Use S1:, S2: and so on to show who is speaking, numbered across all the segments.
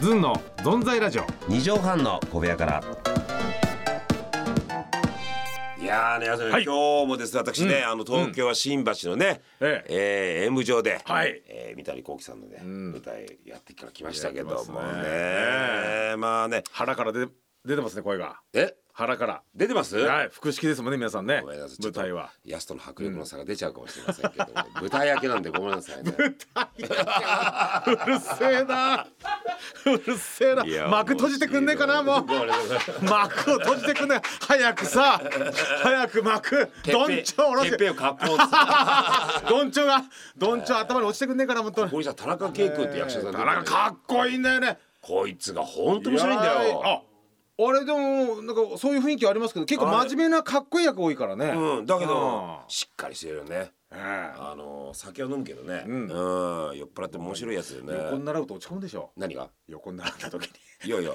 S1: ずんのぞんざいラジオ
S2: 二畳半の小部屋から。いやーね、あずみ
S1: はい
S2: 今日もですね、私ね、あの東京は新橋のね、
S1: え
S2: えー演舞場で、
S1: はい
S2: えー三谷幸喜さんのね、
S1: ん
S2: 舞台やってから来ましたけども
S1: やってますね
S2: ね、まあね、
S1: 腹から出て出てますね声が
S2: え、
S1: 腹から
S2: 出てます？
S1: はい腹式ですもんね皆さんね
S2: ごめんなさいち
S1: 舞
S2: ょっと
S1: 台は
S2: ヤスとの迫力の差が出ちゃうかもしれませんけど、舞台明けなんでごめんなさいね。
S1: うるせえなうるせ えない
S2: や
S1: 幕閉じてくんねえかなもう
S2: ごめんなさい
S1: 幕を閉じてくんね早くさ早く幕どんちょう下ろ
S2: て
S1: し
S2: っぺ
S1: て
S2: んを割烹す る
S1: どんちょうがどんちょう頭に落ちてくんねえかな本当に
S2: ここにさ田中圭君って役者さん出て
S1: な
S2: るんだ
S1: ん
S2: け
S1: かか
S2: ど
S1: っこいいんだよね
S2: こいつが本当面白いんだ
S1: いやー
S2: よ。
S1: ああれでもなんかそういう雰囲気ありますけど結構真面目なかっこいい役多いからね
S2: うん、だけど
S1: う
S2: しっかりしてるよね。
S1: んえ
S2: あの酒は飲むけどね、うんん、酔っ払って面白いやつだ
S1: え
S2: よ
S1: 横に
S2: ね。
S1: 並ぶと落ち込むでしょ
S2: 何が？
S1: 横に並んだ 時に
S2: いやいや、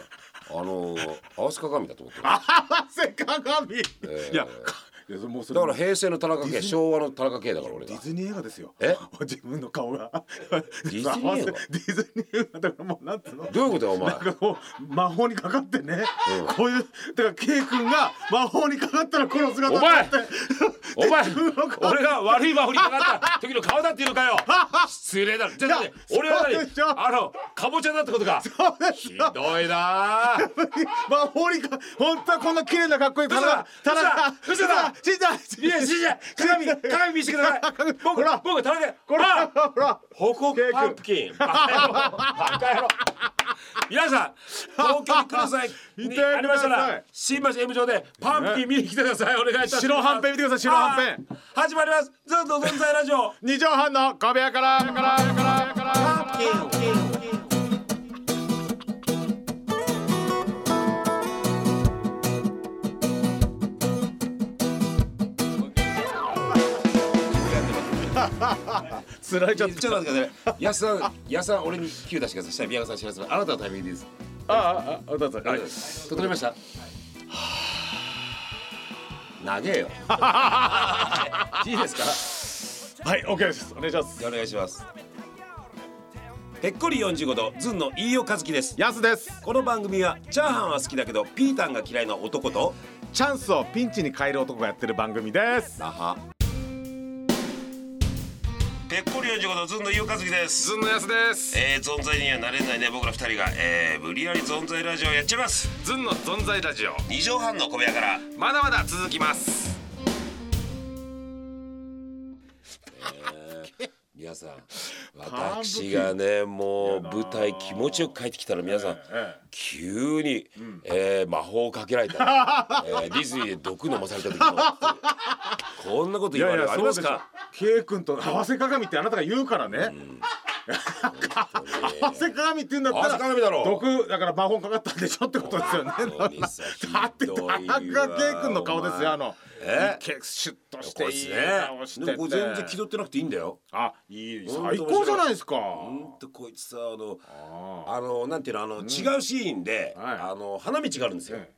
S2: あの合わせ鏡だと思ってる。
S1: あはせ鏡、いやかいやそれもうそれ
S2: だから平成の田中圭、昭和の田中圭だから俺
S1: デ
S2: が
S1: ィ。ズニー映画ですよ
S2: え
S1: 自分の顔がデ
S2: ィズニー映画
S1: ディズニー映画だからもうなんつうの
S2: どういうことだよお前
S1: なん。かこう魔法にかかってね、
S2: うん
S1: こういうだから K 君が魔法にかかったらこの姿
S2: お前
S1: だって
S2: お 前
S1: 自分の顔
S2: 俺が悪い魔法にかかった時の顔だっていうのか よ失礼だろじゃあ
S1: いや
S2: 俺は
S1: そうでしょ
S2: 何あのかぼちゃだってことか
S1: そうです
S2: ひ
S1: よ
S2: どいなあ
S1: 魔法にか本当はこんな綺麗なかっこいい田中田
S2: 嘘だ
S1: 中
S2: 嘘だ
S1: 死んだ死
S2: いやじいじい鏡鏡見せてください
S1: 鏡
S2: 僕
S1: ほら
S2: 僕田中
S1: こら
S2: あ
S1: ほら
S2: 報告パンプキンバカ野郎バカ野郎皆さん東京に来る 際
S1: 見て
S2: に
S1: ください
S2: ありましたら新橋 M 上でパンプキン見に来てくださいお願いいたします
S1: 白はんぺん見てください白はんぺん
S2: あー始まりますずっと存在ラジオ
S1: 二畳半の小部屋からからからからつられち
S2: ち
S1: ゃ
S2: ょ
S1: っ
S2: ちょ
S1: て
S2: っと待ってください。安さん、安さん、俺にキュー出してください。下に宮川さん知らせます。あなたのタイミングです。
S1: ああああ歌ったはい
S2: 整いました。はあ長えよ。 いいですか。
S1: はい OK ですお願いします
S2: じゃあお願いします。ぺっこり45度、ずんの飯尾和樹です。
S1: やすです
S2: この番組はチャーハンは好きだけどピータンが嫌いな男と
S1: チャンスをピンチに変える男がやってる番組です
S2: ラハぺっこり45度ずんの飯尾和樹です
S1: んのやすです
S2: えー、存在にはなれないね僕ら二人が、えー、無理やり存在ラジオやっちゃいます
S1: ずんの存在ラジオ
S2: 二畳半の小部屋から
S1: まだまだ続きます
S2: 皆さん私がねもう舞台気持ちよく帰ってきたら皆さん急に、えー魔法をかけられたり、えーディズニーで毒飲まされた時もこんなこと
S1: い
S2: 言わ
S1: やい
S2: れ
S1: や
S2: るあり
S1: そう
S2: ま
S1: ですす
S2: か
S1: か K 君と合わせ鏡ってあなたが言うからね、合わせ鏡って言うんだっ
S2: 合わ
S1: た
S2: せ
S1: ら
S2: 鏡だろ
S1: 毒だから魔法かかったんでしょってことですよね
S2: 本当にさ
S1: だって田中圭君の顔ですよあの
S2: え
S1: けシュッとして
S2: こい
S1: い
S2: つ
S1: い
S2: ね
S1: 顔して
S2: で
S1: て
S2: もこれ全然気取ってなくていいんだよ
S1: あいい
S2: 本当面白い
S1: 最高じゃないですか
S2: ほんとこいつさあの
S1: あ
S2: あのなんていうのあの、違うシーンで、
S1: はい
S2: あの花道があるんですよ、
S1: ええ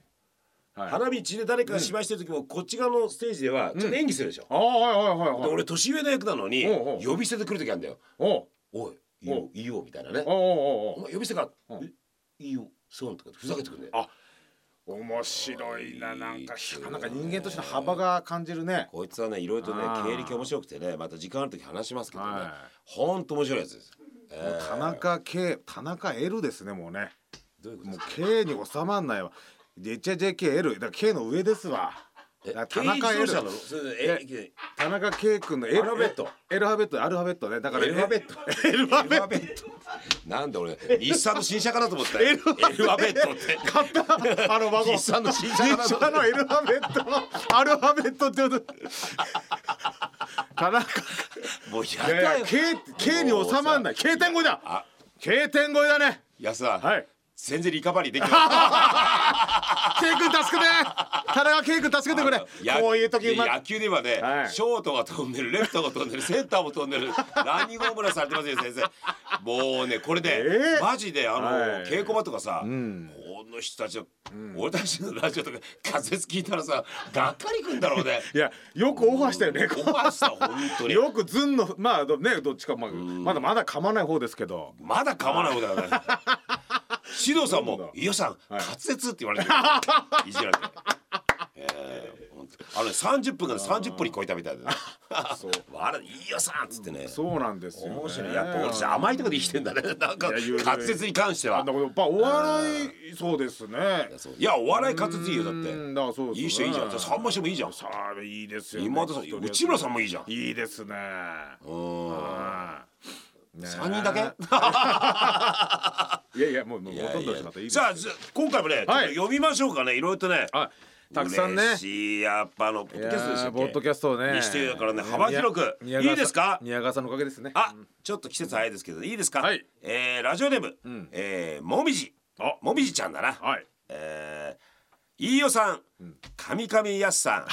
S1: はい
S2: 花道で誰かが芝居してる時も、こっち側のステージではちょっと演技するでしょ、
S1: あはいはいはい
S2: で
S1: はい
S2: 俺年上の役なのに
S1: おうおう
S2: 呼び捨ててくる時あるんだよ
S1: おう
S2: 「おいいいよ
S1: お
S2: いいよ」みたいなね
S1: おうおう
S2: 「
S1: お
S2: お
S1: う
S2: 前呼び捨てか」
S1: うん
S2: えいいよそう」とかってふざけてくるんだよ
S1: あ面白いななんか
S2: いいですね
S1: なんか人間としての幅が感じるね
S2: こいつはねいろいろとね
S1: あー
S2: 経歴面白くてねまた時間ある時話しますけどね、
S1: は
S2: ほんと面白いやつです、え
S1: もう
S2: ー
S1: 田中圭田中 L ですねもうね
S2: どういうこと
S1: も
S2: で
S1: う
S2: すか
S1: K に収まんないわ HJKL だから K の上ですわ
S2: え
S1: だから田中 L
S2: 経営自動車のそれでええ
S1: 田中圭君の L
S2: アルファベット
S1: エルファベットアルファベットねだから
S2: エルファベット
S1: エルファベット
S2: ベットなんで俺日産の新車かな と思ったよエルファベットって
S1: 買ったあの孫
S2: 日産の新車かな
S1: 日産
S2: と思った
S1: のエルファベットのアルファベットってこと田中
S2: もうや
S1: いや
S2: だ
S1: い
S2: よ
S1: や K, K に収まんない K 点超えだ
S2: あ
S1: K 点超えだね
S2: 安田、
S1: はい
S2: 全然リカバリーでき ない。
S1: K 君助けて田中 K 君助けてくれ
S2: や
S1: こういう時うまく
S2: 野球ではね、
S1: はい
S2: ショートが飛んでる、レフトが飛んでる、センターも飛んでる、ランニングホームランされてますよ先生。もうねこれね、
S1: えー
S2: マジであの、
S1: はい
S2: 稽古場とかさ、この人たちの、俺たちのラジオとか仮説聞いたらさ、がっかりくんだろうね。
S1: いやよくオファーしたよね
S2: おばあさん本当 に。
S1: よくずんのまあどねどっちかまあまだまだ噛まない方ですけど
S2: まだ噛まないことだね。獅童さん
S1: なん
S2: も
S1: だ
S2: 「伊代さん
S1: はい
S2: 滑舌」って言われてるいじられて。えーほんとあのね30分から30分に超えたみたいでね
S1: そう
S2: 「わらいいよさん」っつってね
S1: そうなんですよ、ね。
S2: 面白いやっぱ俺さ甘いとこで生きてんだね なんか
S1: いやいやいや
S2: 滑舌に関して
S1: な
S2: は
S1: んだけど、やっぱお笑いそうですね。
S2: そういやお笑い滑舌いいよだって
S1: うんだからそうですね
S2: いい人いいじゃんじゃあさんま師もいいじゃん
S1: さあいいですよ、ね。
S2: 今田さん内村さんもいいじゃん
S1: いいですね。
S2: うん
S1: ね
S2: 三人だけ
S1: いやいやもうもう
S2: い
S1: ほ
S2: や
S1: とん
S2: いや
S1: どしまったいいですよ
S2: さあず今回もねちょっ
S1: は
S2: と
S1: い
S2: 読みましょうかねいろいろとね
S1: あたくさんね。
S2: 嬉しいやっぱあのポッ
S1: い
S2: ド
S1: や
S2: キャストでした
S1: ー
S2: っ
S1: ポッドキ
S2: け
S1: ャストをね。
S2: にしてるからね幅広く
S1: 宮
S2: いいですか
S1: 宮川さんのおかげですね。
S2: あちょっと季節早いですけどいいですか
S1: はい
S2: えーラジオネームえーもみじ
S1: あ
S2: もみじちゃんだな
S1: はい。
S2: えー飯尾さん神々やすさん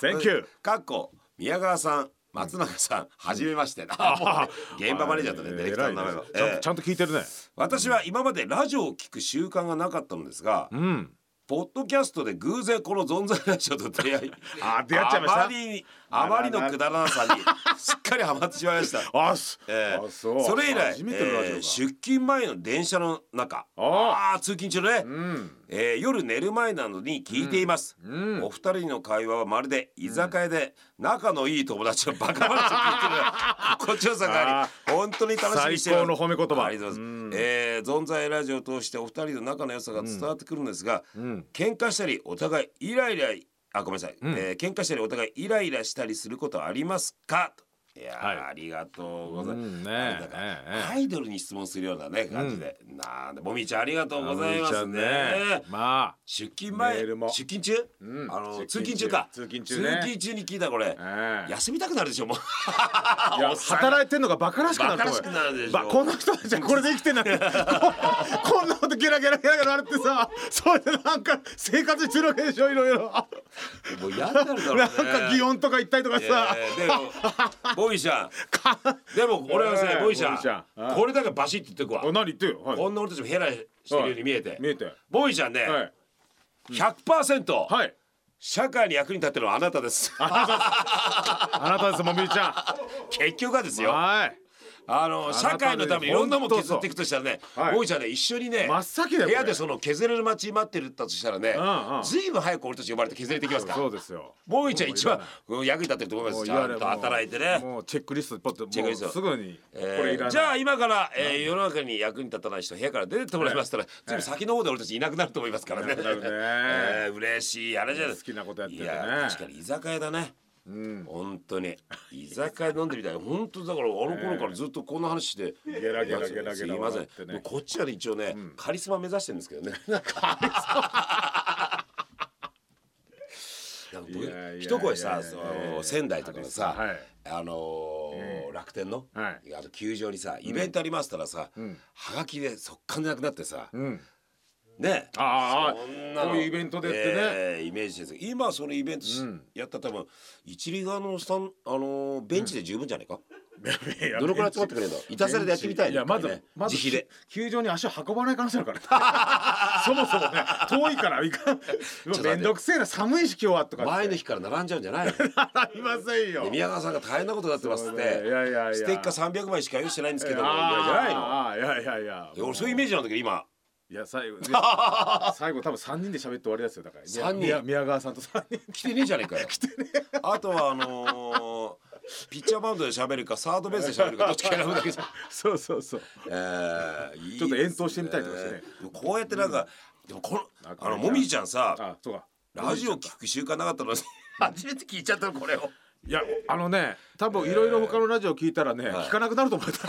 S1: Thank you。
S2: かっこ宮川さん松永さん、はじめまして。あ もうね現場マネージャーとね、
S1: えー
S2: ディレクターの名前
S1: 偉
S2: が
S1: いね。ちゃん
S2: え
S1: とち
S2: ー
S1: ゃんと聞いてるね。
S2: 私は今までラジオを聞く習慣がなかったのですが、
S1: うん。
S2: ポッドキャストで偶然この存在ラジオと出会い、
S1: あ出会っちゃいました
S2: あまりに、あまりのくだらなさに、すっかりハマってしまいました。
S1: あす。
S2: えー
S1: あそう
S2: それ以来、
S1: 初めてのラジオ
S2: え
S1: か
S2: ー出勤前の電車の中、
S1: あ
S2: あー通勤中のね、
S1: うん。
S2: えー夜寝る前などに聞いています、
S1: うん
S2: お二人の会話はまるで居酒屋で仲のいい友達のバカ話を聞いてるよう な心地よさがあり本当に楽しみにしていま
S1: 最
S2: す
S1: 高の褒め言葉
S2: ありがとうございます、
S1: うん
S2: えー存在ラジオを通してお二人の仲の良さが伝わってくるんですが、
S1: うん。
S2: 喧嘩したりお互いイライラあごめんなさい、えー喧嘩したりお互いイライラしたりすることはありますかといやー、
S1: はい
S2: ありがとうございます、
S1: うんね
S2: あれだから
S1: ええええ
S2: アイドルに質問するようなね感じで、なんでもみちゃんありがとうございますね
S1: まあ。
S2: 出勤前
S1: メールも
S2: 出勤中、
S1: うん
S2: あの
S1: 出勤中
S2: 通勤中か
S1: 通勤中ね
S2: 通勤中に聞いたこれ、
S1: ええ
S2: 休みたくなるでしょもう
S1: いや
S2: おっさんが
S1: 働いてんのがバカらしくなると思うよ
S2: バカらしくなるでしょ
S1: ばこの人たちはこれで生きてん だってここんなことゲラゲラゲラゲラあれってさそれでなんか生活してるわけでしょいろいろ
S2: もう嫌になるだろうね
S1: なんか擬音とか言ったりとか
S2: え
S1: さ、
S2: ーでもボビーちゃん
S1: か
S2: でも俺は
S1: え
S2: ね
S1: ー
S2: ボビーち
S1: ボビーちゃ
S2: ゃ
S1: んは
S2: ん
S1: い
S2: これだけバシッて言ってく
S1: お
S2: わ
S1: 何言ってよ、はい
S2: こんな俺たちもヘラしてるように見えて、
S1: はい見えて
S2: ボビーちゃんね、
S1: はい
S2: 100%、
S1: はい
S2: 社会に役に立ってるのはあなたです
S1: あなたですもみーちゃ
S2: 結局はです
S1: ん
S2: よ
S1: はい
S2: あの
S1: なた
S2: 社会のためにいろんなもん
S1: ほんとそ
S2: 削
S1: う
S2: っていくとしたらね、
S1: はい
S2: ボーイちゃんね一緒にね
S1: 真っ先だよ
S2: 部屋
S1: これ
S2: でその削れる街待ってるったとしたらね、
S1: うんうん
S2: ずいぶん早く俺たち呼ばれて削れていきますから
S1: そうですよ
S2: ボーイちゃん一番うん役に立ってると思いま
S1: も
S2: す
S1: う
S2: ち
S1: い
S2: ゃ
S1: わゆ
S2: ん
S1: る
S2: と働いてね、
S1: もうチェックリストポッとも
S2: チェックリ
S1: う
S2: スト
S1: すぐにこ
S2: えー
S1: れいらない、
S2: じゃあ今から、えー世の中に役に立たない人部屋から出てってもらいましたら、ずいぶん先の方で俺たちいなくなると思いますからね
S1: いなくなるね
S2: えー嬉しいあれじゃない
S1: 好きなことやってて
S2: い
S1: ね
S2: や確かに居酒屋だね
S1: うん
S2: 本当に居酒屋飲んでみたい本当だからあの頃からずっとこんな話してゲ
S1: ラゲラゲラゲラ
S2: すいません
S1: 笑ってね
S2: もうこっちはね一応ねカリスマ目指してるんですけどね なんかなんかどういう
S1: いやいやいや
S2: 一声さ
S1: いやい
S2: そ
S1: やいや
S2: の仙台とかのさ、
S1: はい
S2: あのー楽天の、
S1: はい
S2: あの球場にさイベントありますったらさ、
S1: ん
S2: はがきで速乾でなくなってさ、
S1: うん
S2: ね
S1: ああ
S2: そんなの
S1: こういうイベントでってね
S2: えーイメージです今そのイベントし
S1: うん
S2: やったら多分一塁側のスタンあのーベンチで十分じゃないか、ど
S1: ど
S2: のくらい集まってくれるのいたずらでやってみたいね
S1: いやま
S2: 一回
S1: ず
S2: ね
S1: まず
S2: 自費で
S1: 球場に足を運ばない可能性あるから ねそもそもね遠いからい かん
S2: 待って
S1: めんどくせえな寒いし今日はとか
S2: 前の日から並んじゃうんじゃないの
S1: ありませんよ
S2: で宮川さんが大変なことになってますって、
S1: そうねいやいやいや
S2: ステッカー300枚しか用意してないんですけどぐらいじゃないの
S1: ああいやいやいや
S2: いや俺そういうイメージなんだけど今
S1: いや 最後ね最後多分三人で喋って終わりですよだから
S2: 三人
S1: 宮宮川さんと三人
S2: 来てねえじゃねえかよ。あとはあのーピッチャーバウンドで喋るかサードベースで喋るかどっちか選ぶだけ じゃん。
S1: そうそうそう
S2: えー、
S1: ちょっと遠投してみたりとかしてね
S2: えーこうやってなんか、でもこのあのもみじちゃんさ
S1: あそうか
S2: ラジオ聞く習慣なか ったのに初めて聞いちゃったのこれを。
S1: いやあのね多分いろいろ他のラジオ聞いたらね、聞かなくなる と思った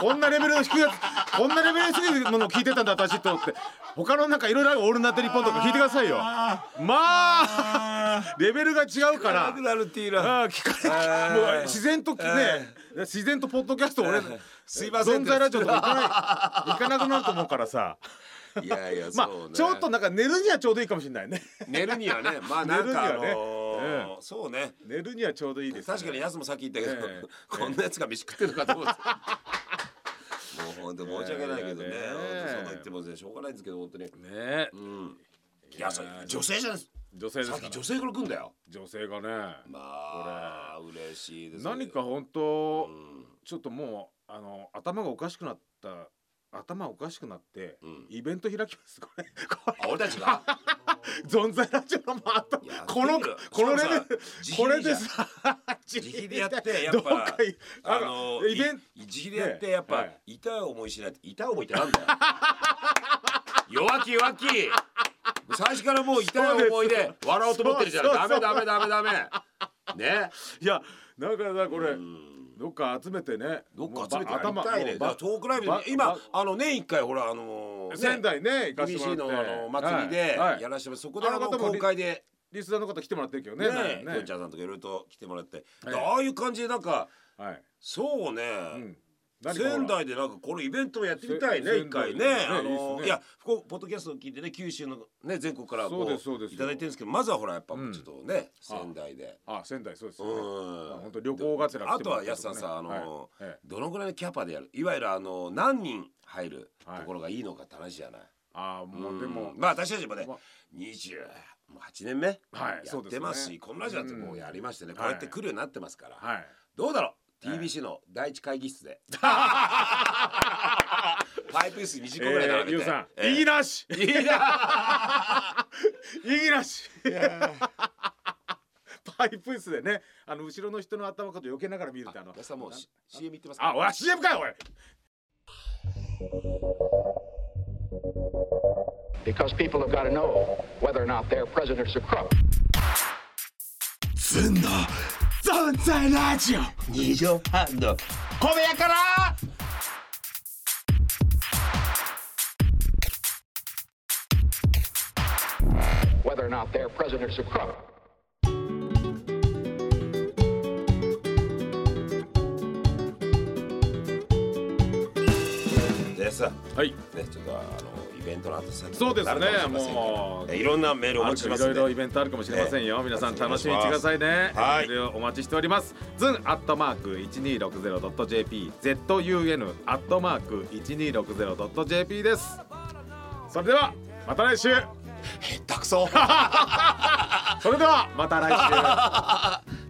S1: こんなレベルの低いやつこんなレベルの低いものを聞いてたんだ私と思って他のなんかいろいろオールナイトニッポンとか聞いてくださいよまあレベルが違うから
S2: なくなるっていうのは
S1: あー聞かないもう自然とね、自然とポッドキャスト俺、
S2: すいません
S1: 存在ラジオとか行かない行かなくなると思うからさ
S2: いやいや
S1: ま
S2: そ
S1: あ、
S2: うね。
S1: ちょっとなんか寝るにはちょうどいいかもしれないね
S2: 寝るにはねまあなんかあの
S1: 寝るに
S2: ー
S1: はね
S2: そうね。
S1: 寝るにはちょうどいいです、ね、
S2: 確かにやすもさっき言ったけど、
S1: ええ
S2: こんなやつが飯食ってるのかと思って。もう本当申し訳ないけどね、
S1: ええ
S2: 本当そんな言ってもねしょうがないんですけど本当に。
S1: ね
S2: うん。いや、そう女性じゃないです。
S1: 女性です
S2: さ
S1: か
S2: っき
S1: ら
S2: 女性から来んだよ。
S1: 女性がね
S2: まあ、嬉しいですね。
S1: 何か本当
S2: うん。
S1: ちょっともあの頭がおかしくなった頭おかしくなって、
S2: うん
S1: イベント開きますこれこ
S2: あ俺たちが
S1: れ存在ラジオのまた
S2: いや
S1: この
S2: やってんだよ
S1: このレベル
S2: し
S1: こ
S2: かもさ
S1: れでさ自
S2: 自費でやってやっぱ
S1: どっかい
S2: あ
S1: あ
S2: の
S1: のイベント
S2: い自費でやってやっぱ、
S1: はい
S2: 痛い思いしないと痛い思いってなんだよ 弱気弱気最初からもう痛い思いで笑おうと思ってるじゃん
S1: そうそ
S2: ダ
S1: うそ
S2: メ
S1: う
S2: ダメダメダメね
S1: いやだからさこれ
S2: うん
S1: どっか集めてね
S2: どっか集めてやり
S1: もう
S2: たいねだ
S1: ば
S2: からトークライブでも
S1: ば
S2: 今
S1: ば
S2: あの年一回ほらあのーね
S1: 仙台ね行かして
S2: BBC
S1: も
S2: の
S1: ら
S2: あ
S1: って
S2: の祭りで
S1: はいはい
S2: やらせてもらってそこであ
S1: あ
S2: の
S1: の方も
S2: 公開で
S1: リスナーの方来てもらってるけど
S2: ね
S1: ね
S2: えき
S1: なん
S2: ょ
S1: か
S2: んちゃんさんとかいろいろと来てもらって
S1: はい
S2: ああいう感じでなんか
S1: はい
S2: そうね
S1: うん何かほら
S2: 仙台でなんかこのイベントもやってみたいね
S1: せ
S2: 一回
S1: 仙
S2: ね
S1: 台でね
S2: あ
S1: いいっ
S2: の
S1: すね
S2: いやこうポッドキャストを聞いてね九州のね全国からこ
S1: そうですそうです
S2: いただいてるんですけどまずはほらやっぱち
S1: う
S2: ょっ
S1: ん
S2: とね仙台で
S1: あ仙台そうです
S2: う
S1: よね
S2: ん
S1: まあ本当旅行がてら
S2: あ
S1: 来て
S2: と
S1: もらった
S2: は
S1: り
S2: やす
S1: とか
S2: さん
S1: ね
S2: さあの
S1: はいはい
S2: どのぐらいのキャパでやるいわゆるあの何人入ると
S1: はい
S2: ころがいいのかって話じゃない
S1: あーもうでも
S2: まあ私たちもね
S1: ま
S2: 28年目
S1: はい
S2: や
S1: そう
S2: っ
S1: です
S2: て
S1: よね
S2: ますしこのラジオだってもうやりましてねこうやって来るようになってますから
S1: はい
S2: どうだろう
S1: はい
S2: TBC の第一会議 室でパイプ椅子20個ぐら
S1: え
S2: い
S1: ー
S2: 並べて
S1: ゆうさん
S2: え
S1: い
S2: え
S1: いなし
S2: いいない
S1: いなし
S2: や
S1: パイプ椅子でねあの後ろの人の頭かと避けながら見るってあの
S2: 安さんもう C- CM 行ってますか
S1: あおい CM かよおい
S3: because people have got to know whether or not their president's a crook.
S4: ずんの存在ラジオ
S2: 二畳半の
S4: 小部屋から
S3: 「whether or not their president's a crook.
S2: でさ
S1: はい
S2: ねちょっとあのイベントの後先
S1: そうですねもう
S2: いろんなメールお
S1: あ
S2: 待
S1: る
S2: ち
S1: から
S2: して
S1: いろ
S2: ますん
S1: い
S2: で
S1: ろイベントあるかもしれませんよ、
S2: ね
S1: 皆さん楽しみにしてくださいね
S2: はい
S1: メールをお待ちしておりますズンアットマーク 1260.jp ZUN アットマーク 1260.jp ですそれではまた来週
S2: たくそ
S1: そ
S2: ん
S1: れではまた来週